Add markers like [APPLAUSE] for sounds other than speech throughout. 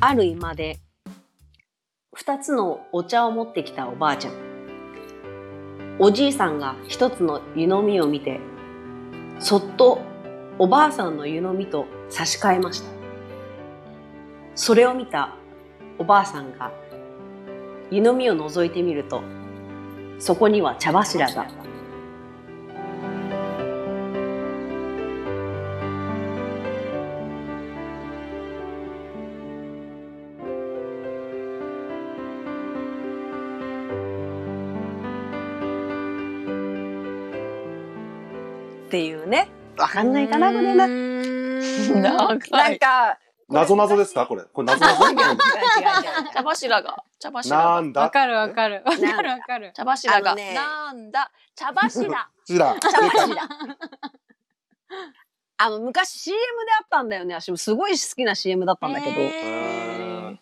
ある居間で、二つのお茶を持ってきたおばあちゃん。おじいさんが一つの湯飲みを見て、そっとおばあさんの湯飲みと差し替えました。それを見たおばあさんが湯飲みを覗いてみると、そこには茶柱が。っていうね。わかんないかな、これな。違うななんんか、か、謎謎ですかこれ。これ謎謎茶柱が、茶柱なが、んわだかるわかる。わ違う違う。かるわかる。茶柱あが、のねなんだ、茶柱。こちら。茶柱。あの、昔 CM であったんだよね。私もすごい好きな CM だったんだけど。えー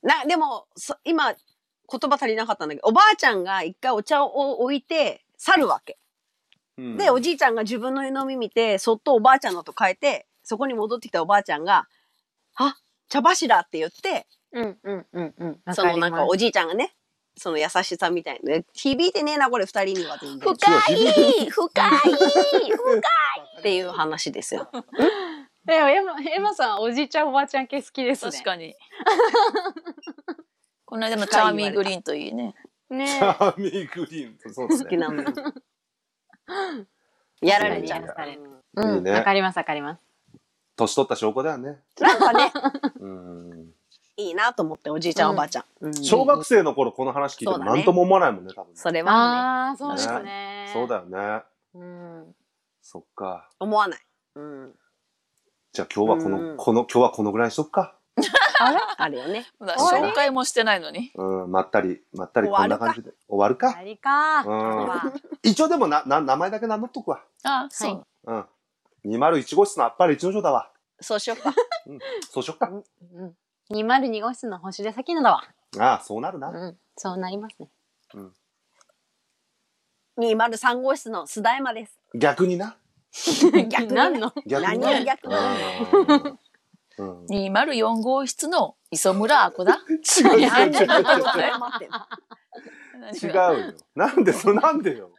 な、でも、そ今、言葉足りなかったんだけど、おばあちゃんが一回お茶を置いて去るわけ。うんで、おじいちゃんが自分の湯飲み見て、そっとおばあちゃんのと変えて、そこに戻ってきたおばあちゃんが、あ、茶柱って言って、うんうんうんうん。わそりのまなすんかおじいちゃんがね、その優しさみたいなね。響いてねえな、これ二人には全然。深い深いっていう話ですよ。でもエマエマさんおじいちゃんおばあちゃん系好きですね。確かに。この間もチャーミーグリーンといいね。に。 [LAUGHS] ねチャーミーグリーン。そうです好きね。なの。やられちゃう。確かにういいん。ねわかりますわかります。年取った証拠だよね。なんかね、うん。いいなと思って、おじいちゃん、おばあちゃん。うん小学生の頃この話聞いてそもうだね何とも思わないもんね、多分ね。それはね、ああそうですね。そうだよね。うん。そっか。思わない。うん。じゃあ今日はこうんの、この、今日はこのぐらいにしとくか。あるよね。まだ終わり紹介もしてないのに。うん、まったり、まったりこんな感じで。終わるあか。りか。うん。は一応でもな、な、名前だけ名乗っとくわ。あ、そう。うん。201号室のあっぱれ一の城だわ。そうしようか。そうしよっか。うん。二丸二号室の星出先などは。ああ、そうなるな。うん。そうなりますね。 203号室の須田山 [LAUGHS] です。逆にな。逆に何の？逆に何をな。逆にうん。うん204号室の磯村あこだ。違う違う違う [LAUGHS] 何違う待ってんの違うよ。なんでそなんでよ。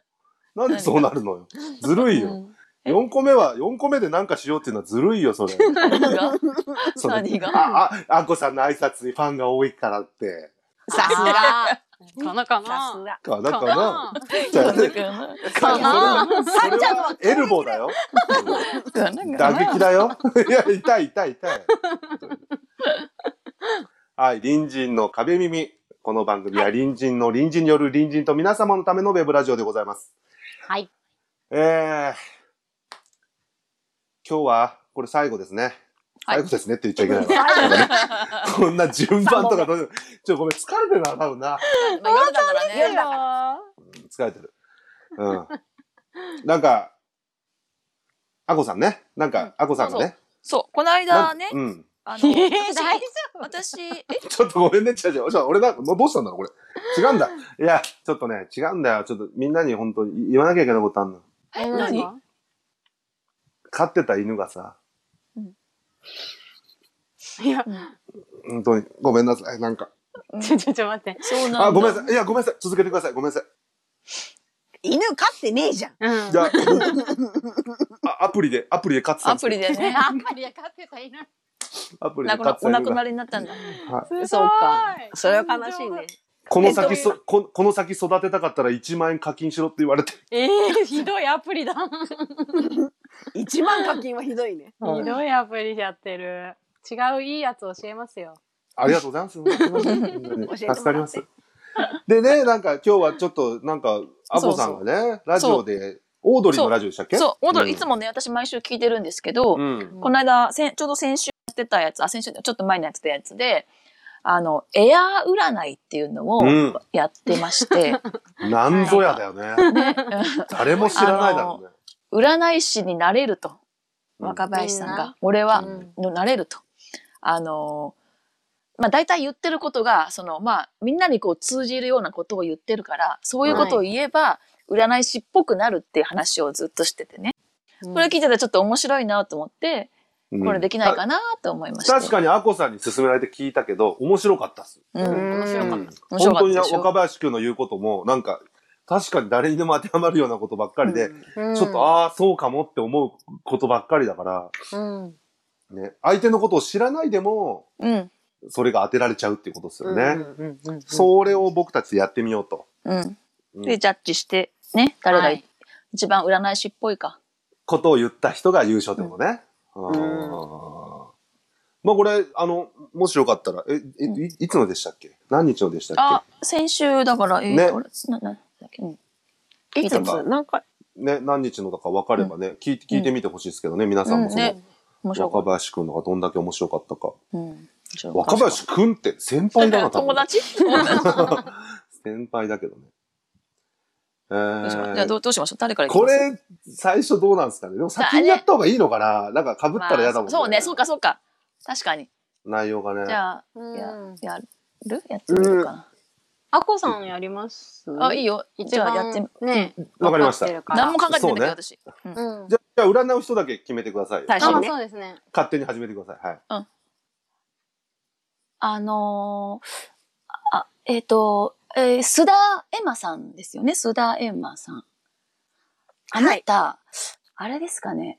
なんでそうなるのよ。ずるいよ。四個目は四個目でなんかしようっていうのはずるいよそれ。何がその何があああこさんの挨拶にファンが多いからって。さすが。このかさすな。が。かなこのかな。。じゃなあんかかなそれはエルボーだよ。なんか打撃だよ。いや痛い痛い痛い。はい、隣人の壁耳。この番組は隣人の隣人による隣人と皆様のためのウェブラジオでございます。はい。えー、今日はこれ最後ですね。はい最後ですねって言っちゃいけないわ。こんな順番とかどうでもちょ、ごめん、疲れてるな、多分な。まあ夜だからね。夜だか疲れてる。うん。なんか、あこさんね。なんか、あこさんがね。そう、この間なんね、うん。あの、えー大私、丈私、え、ちょっとごめんね、違う違う。ちょ俺なんか、どうしたんだろう、これ。違うんだ。いや、ちょっとね、違うんだよ。ちょっとみんなに本当に言わなきゃいけないことあんの。夫？え何？飼ってた犬がさ、いや本当に、ごめんなさい、なんか。ちょちょちょ待って。そうなんだ。あ、ごめんなささい。いや、ごめんなさい。続けてください。ごめんなさい。犬飼ってねえじゃん。うん [LAUGHS] じ。ゃあ、アプリで、アプリで勝ってたんアですプリよでね。あんまりやかってたいない。アプリでなこ勝のってお亡くた犬がなりになったんだ。すごいそうか。 [LAUGHS] それは悲しいね。。この先えそ、ここの先育てたかったら1万円課金しろって言われ [LAUGHS] て。えー、ひどいアプリだ。 1万課金はひどいね。ひどいアプリやってる。違ういいやつ教えますよ。ありがとうございます。本当に教えても助らってかります。でね、なんか今日はちょっと、なんか、アボさんがね、ラジオで、オードリーのラジオでしたっけそう、オードリー、んいつもね、私毎週聞いてるんですけど、うん。この間、せんちょうど先週やってたやつ、あ、先週、ちょっと前にやってたやつで、あの、エアー占いっていうのをうんやってま [LAUGHS] して、なんぞやだよね。誰も知らないだろうね。占い師になれると。うん若林さんうが、俺はうん、のなれると。あのー、まあ大体言ってることが、その、まあみんなにこう通じるようなことを言ってるから、そういうことを言えば、占い師っぽくなるっていう話をずっとしててね。これ聞いてたらちょっと面白いなと思って、うんこれできないかなと思いました。確かにアコさんに勧められて聞いたけど、面白かったっす。に。うん。面白かった。面白本か当っにたでしょ。若林くんの言うことも、なんか、確かに誰にでも当てはまるようなことばっかりで、うんちょっと、ああ、そうかもって思うことばっかりだから、うんね、相手のことを知らないでも、うん。それが当てられちゃうってことですよね。うんうんうんそれを僕たちでやってみようと。うん。うんで、ジャッジして、ね、誰はがい一番占い師っぽいか。ことを言った人が優勝ってことね。んあーまあこれ、あの、もしよかったら、え、えいいつのでしたっけ何日のでしたっあ、先週だから、えーねと、あれななんだっけ、うんいつもなんか、けね、何日のだか分かればね、聞いて、聞いてみてほしいですけどね、皆さんもその、ね面白か若った。林くんのがどんだけ面白かったか。うん面白かった若林くんって先輩だな、多分友達 [LAUGHS] 先輩だけどね。えどうしまじゃあー、どうどうしましょう誰からいきこますれ、最初どうなんですかねでも先にやった方がいいのかななんか被ったら嫌だもんまあそうね、そうか、そうか。確かに。内容がね。じゃあ、うんややるやってみるかあこさんやりますな。あ、いいよ。じゃあやってみねわかりました。わかってじるから何も考えてないんだけど、私。うんゃあ、じゃあ占う人だけ決めてくださいよ。最あ初にねそうですね勝手に始めてください。はい。あのーあ、えっ、と、えー、須田エマさんですよね、須田エマさん。あなた、あれですかね、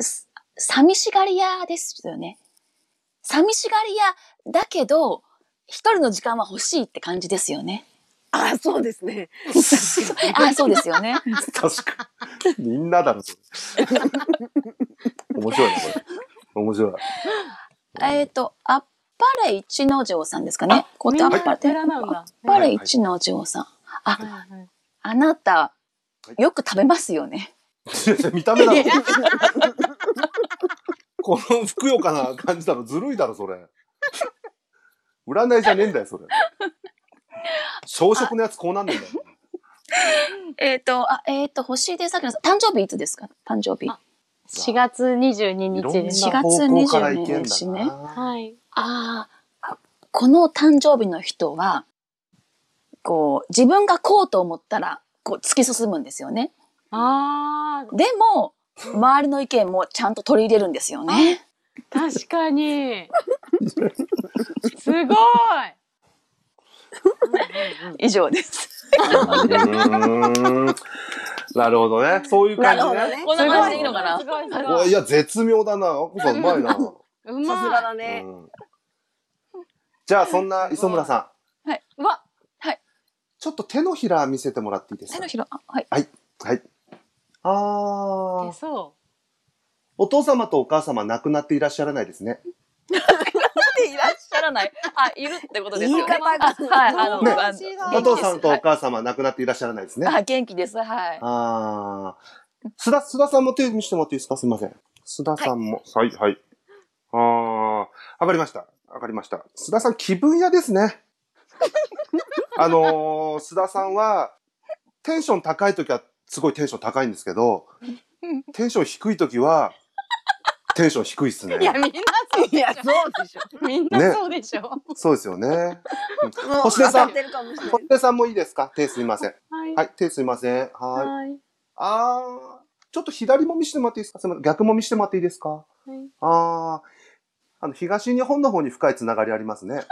す寂しがり屋ですよね。寂しがり屋だけど、一人の時間は欲しいって感じですよね。あ、そうですね。 [LAUGHS] あ、そうですよね。確かに。みんなだ [LAUGHS] ろ、それ。面白いね、これ。面白い。えっと、あっぱれ一の城さんですかね。こうやってあっぱれ、みんなお寺なんだあっぱれ一の城さん。あ、あなた、よく食べますよね。 [LAUGHS] 見た目だろ。このふくよかな感じだろ。ずるいだろ、それ。占いじゃねえんだよ、それ。朝食のやつこうなんねえんだよ。えっ、と、あ、えっ、と、星出さきのさん、誕生日いつですか誕生日。あ4月22い日ろんでなす4方向からいけん月だ22な。はいああ、この誕生日の人は、こう、自分がこうと思ったら、こう、突き進むんですよね。あーでも、周りの意見もちゃんと取り入れるんですよね。確か [LAUGHS] にすごい以上です。うーんなるほどね。そういう感なるじほどねね。こんな感じでいいのかすなごいすうわごいいや、絶妙だな。あこさん、うまいうな。さすがまいだね。うんじゃあそんな磯村さん、うわちょっと手のひら見せてもらっていいですか手のひら、あはい。はい。あ出あ、そお父様とお母様亡くなっていらっしゃらないですね。いらっしゃらない。 [LAUGHS] あ、いるってことですよね。言い方があはい、あの、ねあおの父さんとお母様亡くなっていらっしゃらないですね。あ、元気です。はい。ああ、須田、須田さんも手見せてもらっていいですかすいません。須田さんも。はい、はい。ああ、わかりました。わかりました。須田さん、気分屋ですね。 [LAUGHS] あのー須田さんは、テンション高い時はすごいテンション高いんですけど、テンション低い時は、テンション低いっすねう。いやみんなそういでしや、そうでしょ。ょみんなそうでしょそうですよね。もう星出さん当たってるかもしれない小手さんもいいですか手すいません。はいはい、手すいません。はい。はいあー、ちょっと左も見してもらっていいですかすいません。逆も見してもらっていいですかはいあー、あの、東日本の方に深いつながりありま [LAUGHS] すね。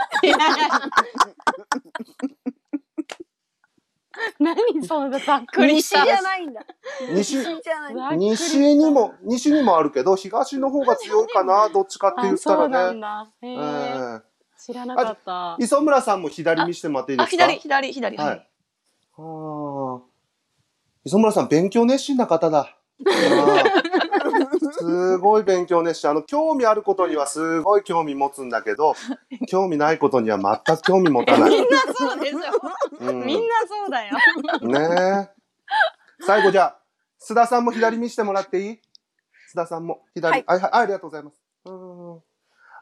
何そんなざっくりし西じたゃないんだ。西、西じゃない。ざっくりした西にも、西にもあるけど、東の方が強いかな、どっちかって言あっそたうならんね。だへえー知らなかったー磯村さんも左見してもらっていいであ、すか左、左、左。ははいい。。あー磯村さん、勉強熱心な方だ。あーすごい勉強熱心。あの、興味あることにはすごい興味持つんだけど、興味ないことには全く興味持たない。そうでしょうんみんなそうだ [LAUGHS] よねえ。最後じゃあ、須田さんも左見してもらっていい須田さんもは左。いはい、はい、あありがとうございます。うん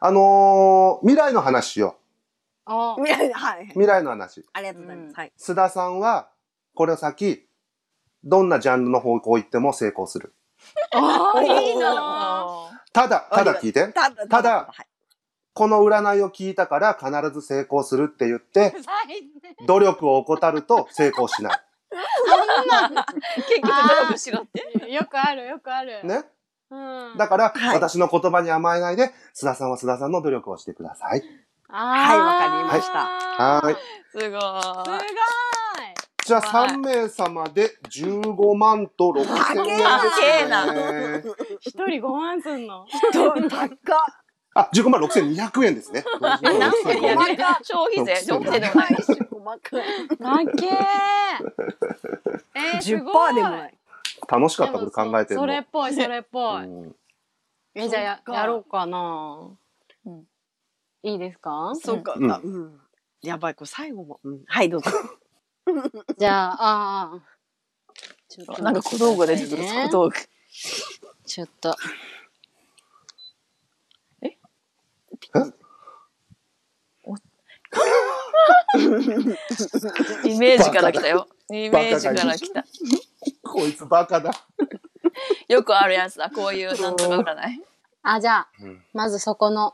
あのー未来の話よ。あ未来はい。未来の話。ありがとうございます。はい。須田さんは、これ先、どんなジャンルの方向行っても成功する。あーいいなあただ、ただ聞いて。ただ、ただはいこの占いを聞いたから必ず成功するって言 [LAUGHS] って、最低努力を怠ると成功しない。ー結局、努力しろって。よくあるよくあるね。うん。だから、はい私の言葉に甘えないで、須田さんは須田さんの努力をしてください。ははいわかりましたはいはいすごすい。ごい。じゃあはい3名様で15万と6千円ですね。一人5万すんの。どう高っあ、15万6200円ですね。い15万やいや消費税、消費税でもない。細かい。かっ [LAUGHS] けー。えー、す10%ごい。でもない。楽しかったこと考えてるその。れっぽい、それっぽい。うんえ、じゃあやそっかやろうかなうん。いいですかそうか、うんうん。やばい、これ最後も。うんはい、どうぞ。じゃあ、ああ。ちょっなんか小道具でちょっと小道具。ちょっと。イメージから来たよ。イメージから来た。こいつバカだ。よくあるやつだ。こういうなんとか占い。あ、じゃあ、うんまずそこの、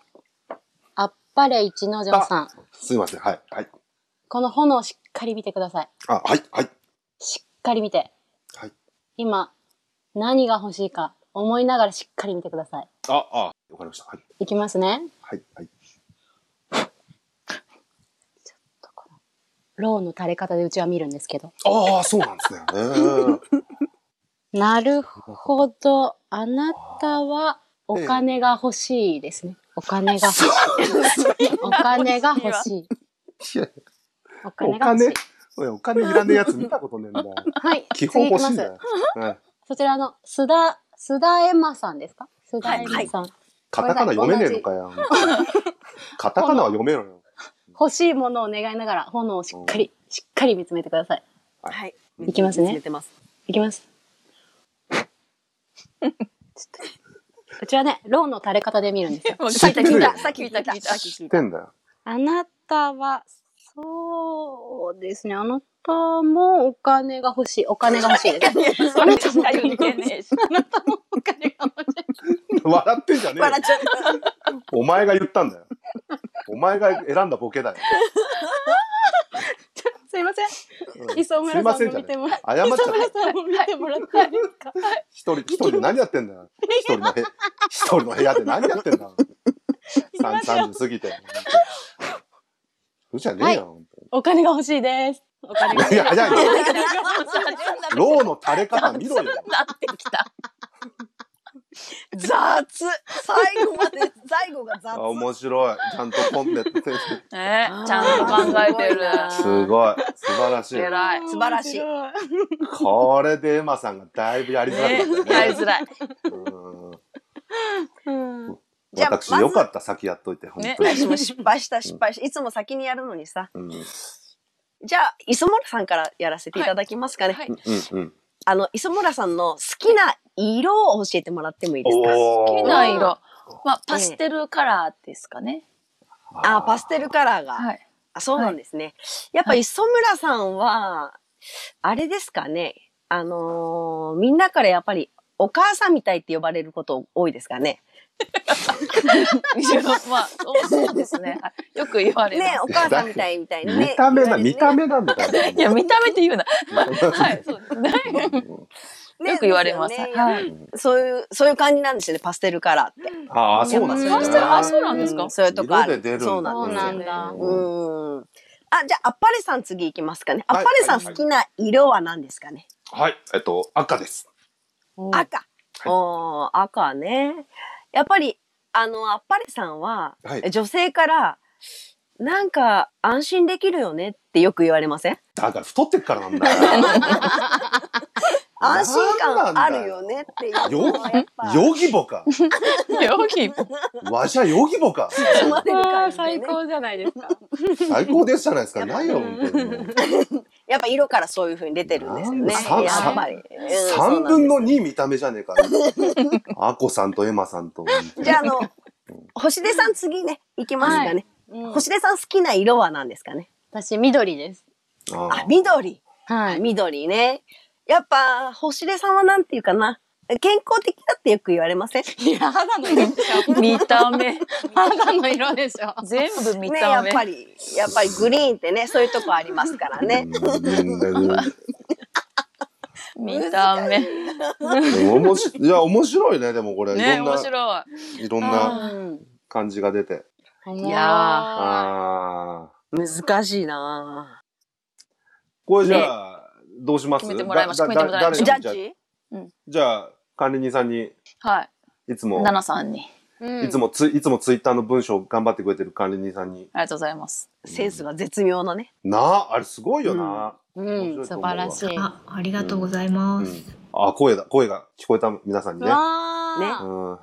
あっぱれ一の城さん。すいません。はい。はい。この炎をしっかり見てください。あ、はい。はい。しっかり見て。はい。今、何が欲しいか思いながらしっかり見てください。あ、あ、わかりました。はい。いきますね。はい。はい。ローの垂れ方でうちは見るんですけど。ああ、そうなんですね。えーなるほど。あなたはお金が欲しいですね。お金が欲しい。お金が欲しい。いやいおやお金が欲し金い。、おいお金いらねえやつ見たこ [LAUGHS] とねえんだよ。はい。基本次行欲きしいまんだす。よ。はいそちらの須田、須田エマさんですか須田エマさん、カタカナ読めねえのかよ。カタカナは読めろよ。欲しいものを願いながら炎をしっかり、しっかり見つめてください。はい。いきますね見つめてます。いき [LAUGHS] ます。うちはね、ローの垂れ方で見るんですよ。もう聞いた聞いた。さっき聞いた聞いた。知ってんだよ。あなたは、そうですね、あなたもお金が欲しい。お金が欲しいです。それと左右にけねえし。お金が欲しい。笑ってんじゃねえよ笑っちゃっお前が言ったんだよ。お前が選んだボケだよ。 [LAUGHS] すいません。うん磯村さんも見てもらって。謝っちゃっ磯た。村さんも見てもらっていいですか一人、一人で何やってんだよ。一人の部、一人の部屋で何やって [LAUGHS] んだよ。三三十過ぎて。そうじゃねえよ。本お金が欲しいです。お金が当にいや、早いもうよ。さ順番ローの垂れ方見ろ [LAUGHS] よ。なってきた。雑最後まで、最後が雑あ面白い。ちゃんとコンテン [LAUGHS] ツ。 [LAUGHS] ねちゃんと考えてる。すごい。素晴らしい。偉い。素晴らしい。面白これでエマさんがだいぶやりづらねくやなっ、たりねづらい。うんうんじゃあ私まずよかった、先やっといて、本ね当に。私も失敗した、失敗した。いつも先にやるのにさ。うん、うん、じゃあ、磯村さんからやらせていただきますかね。はいうんうん。あの、磯村さんの好きな色を教えてもらってもいいですか好きおなー色。まあ、パステルカラーですかね。あー、パステルカラーが。はい。あそうなんですね。やっぱ磯村さんは、あれですかね。あのーみんなからやっぱり、お母さんみたいって呼ばれること多いですかね。まあ、そうですね。よく言われる。ねお母さんみたいみたいなね。見た目言わな、れ見てねた目 [LAUGHS] なんだよ。いや、見た目って言うな。は、はいそうですね。ねよく言われます。ですよねはい。そういう、そういう感じなんですよね、パステルカラーって。ああ、そうなんですパステルあそうなんですかそれとかある色で出るんだそうなんそうですなよんだ。うん。あ、じゃあ、あっぱれさん次行きますかね。あはっいぱれさんはい好きな色は何ですかね。はい、えっと、赤です。赤。おー赤ね。やっぱり、あの、あっぱれさんは、はい女性から、なんか安心できるよねってよく言われませんだから太ってっからなんだよ。 [LAUGHS] 安心な感んなあんだよるよねっていうのはやっぱヨギボか。ヨギわしゃヨギ [LAUGHS] ボか。包まれるあ感ーじでね最高じゃないですか。最高ですじゃないですか。ないよ、本当に。やっぱ色からそういう風に出てるんですよね。なんやだっぱり。うん三分の。そうなんで二見た目じゃねえか。アコさんとエマさんと。すじゃあ、あの、星出さん次ね、行きますかね。 [LAUGHS] うん星出さん好きな色は何ですかね私、緑です。ああ、緑。は。 [LAUGHS] 緑ね。やっぱ、星出さんはなんていうかな。健康的だってよく言われませんいや、肌の色でしょ。見た目。肌の色でしょ。全部見ね、たやっ目。ぱり、やっぱりグリーンってね、そういうとこありますからね。うん見た目。おもしいや、面白いね、でもこれ。いね、ろん面な、白いろんな感じが出て。うんいやああ。難しいなこれじゃあ、どうします決めてもらいましょうだ決めてもらいましぁょうジャだ誰ッにジじゃあ、管理人さんに、い。はい。いつも、ナナさんに。うんいつもツイ、いつもツイッターの文章を頑張ってくれてる管理人さんに。ありがとうございます。センスが絶妙なね。なあ、あれすごいよな。うん、素晴らしい。あ、ありがとうございまうんす。あ、声だ、声が聞こえた皆さんにね。ねうわん。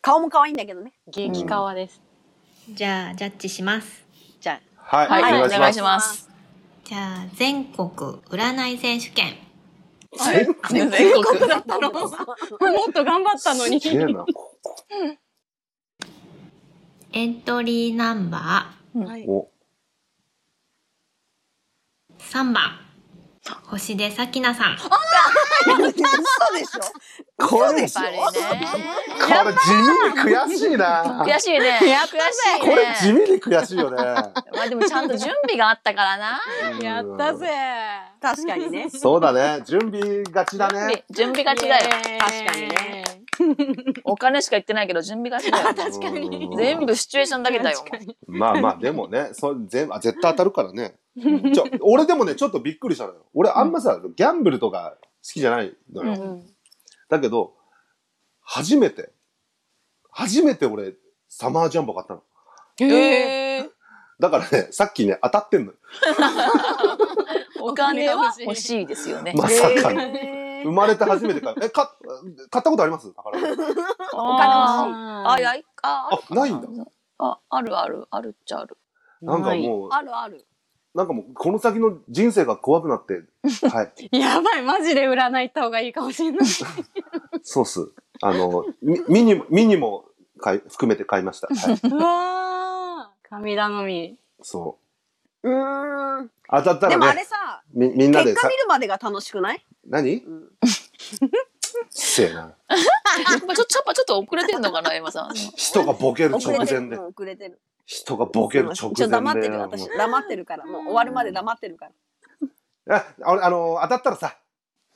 顔も可愛いんだけどね。激かわです。じゃあ、ジャッジします。じゃはい、はい、おお願願いいししまます。じゃあ、全国占い選手権。す。全国だったの。 [LAUGHS] もっと頑張ったのに。すげえな。こエントリーナンバあ、はいこ。ー3番。星出咲奈さん。嘘でしょこれ、こやっぱりね。れ地味に悔しいな。悔しいね。悔しいこれ地ね。味に悔しいよね。まあでもちゃんと準備があったからな。うんやったぜ。。確かに [LAUGHS] ね。そうだね。準備がちだね。準備がちだよ。確かにね。お金しか言ってないけど準備がちだ [LAUGHS] よ。確かに全部シチュエーションだけだよ。まあまあ、でもね、そ全あ絶対当たるからね。ちょ俺でもね、ちょっとびっくりしたのよ。俺あんまさ、ギャンブルとか好きじゃないのよ。だけど、初めて、初めて俺、サマージャンボ買ったの。えだからね、 [LAUGHS] さっきね、当たってんのよ。お金は欲しいですよね。まさかの。へ生ーまれて初めて買う。え、か、買ったことあります宝く [LAUGHS] じお金あ、あいや、あ、あ、ないんだ。あ、あるある、あるっちゃある。なんかもう、あるある。なんかもう、この先の人生が怖くなって、はい。やばい、マジで占い行った方がいいかもしれない。そうっす。あの、ミミニも、ミニも買い、含めて買いました。はい。うわー神頼み。そう。うーん。当たったでもらあねれ、さ、みみんな結で果さ見、るまでが楽しくない何うんせえな。まあ、ちょ、ちょっと、ちょっと遅れてんのかな、エマさん。人がボケる直遅れてる。前でも。う遅れてる。人がボケる直前ちで。ょっと黙ってる。も私、う黙ってるから。もう終わるまで黙ってるから。あ、ああの、当たったらさ、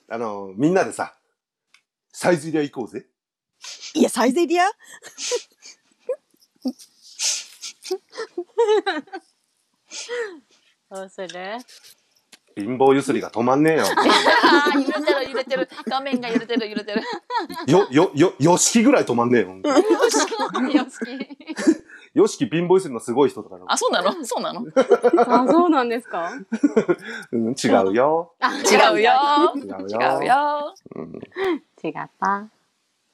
あの、みんなでさ、サイズ入れ行こうぜ。いや、サイゼリアどうする貧乏ゆすりが止まんねえよ。あ [LAUGHS] あ、揺れてる、揺れてる。画面が揺れてる、揺れてる。よ、よ、よ、よしきぐらい止まんねえよ。よしき。よしき貧乏ゆすりのすごい人だから。あ、そうなのそうなのあ、そうなんですかうん、違うよ。違うよ。違うよ。違うよ。うん違った。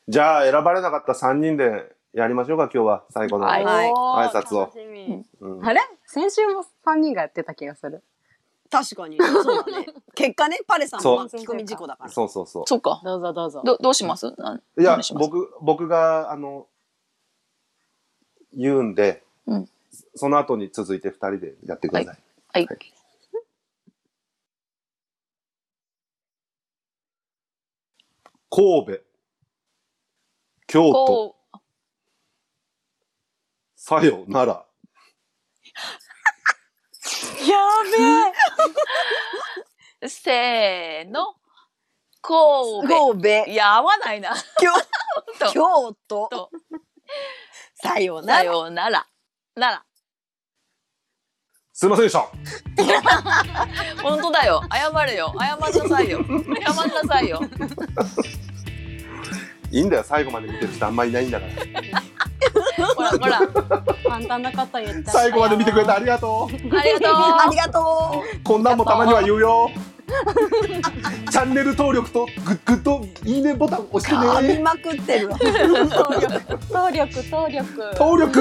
じゃあ、選ばれなかった3人でやりましょうか、今日は。最後の。はい挨拶を楽しみうんあれ先週も三人がやってた気がする。確かに。そう [LAUGHS] だね。結果ね、パレさんそうも巻き込み事故だから。そうそうそそうか。どうぞどうぞ。ど、どうしますなんう。いや何し、ます僕、僕が、あの、言うんで、うんその後に続いて2人でやってください。はい。神戸、京都、こう、さよなら。やせーの。神戸。べ [LAUGHS] え神戸、いや、合わないな。 [LAUGHS] 京と、京都と、さよなら。さよ [LAUGHS] なら。なら。すいませんでした。本当だよ。謝れよ。謝んなさいよ。謝んなさいよ。いいんだよ、最後まで見てる人あんまいないん [LAUGHS] だから。ほら、ほら。簡単なこと言っちゃった。最後まで見てくれてありがあとりがあとうり。がとう。こんなんもたまには言うよ。 [LAUGHS] チャンネル登録とグッグッドいいねボタンう。押して噛みね。まくってるわ。動力、動力。登録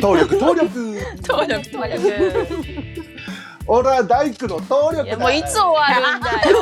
登録登録登録、登録。俺は大工の登いや、力 [LAUGHS] だもういつ終わるんだよ。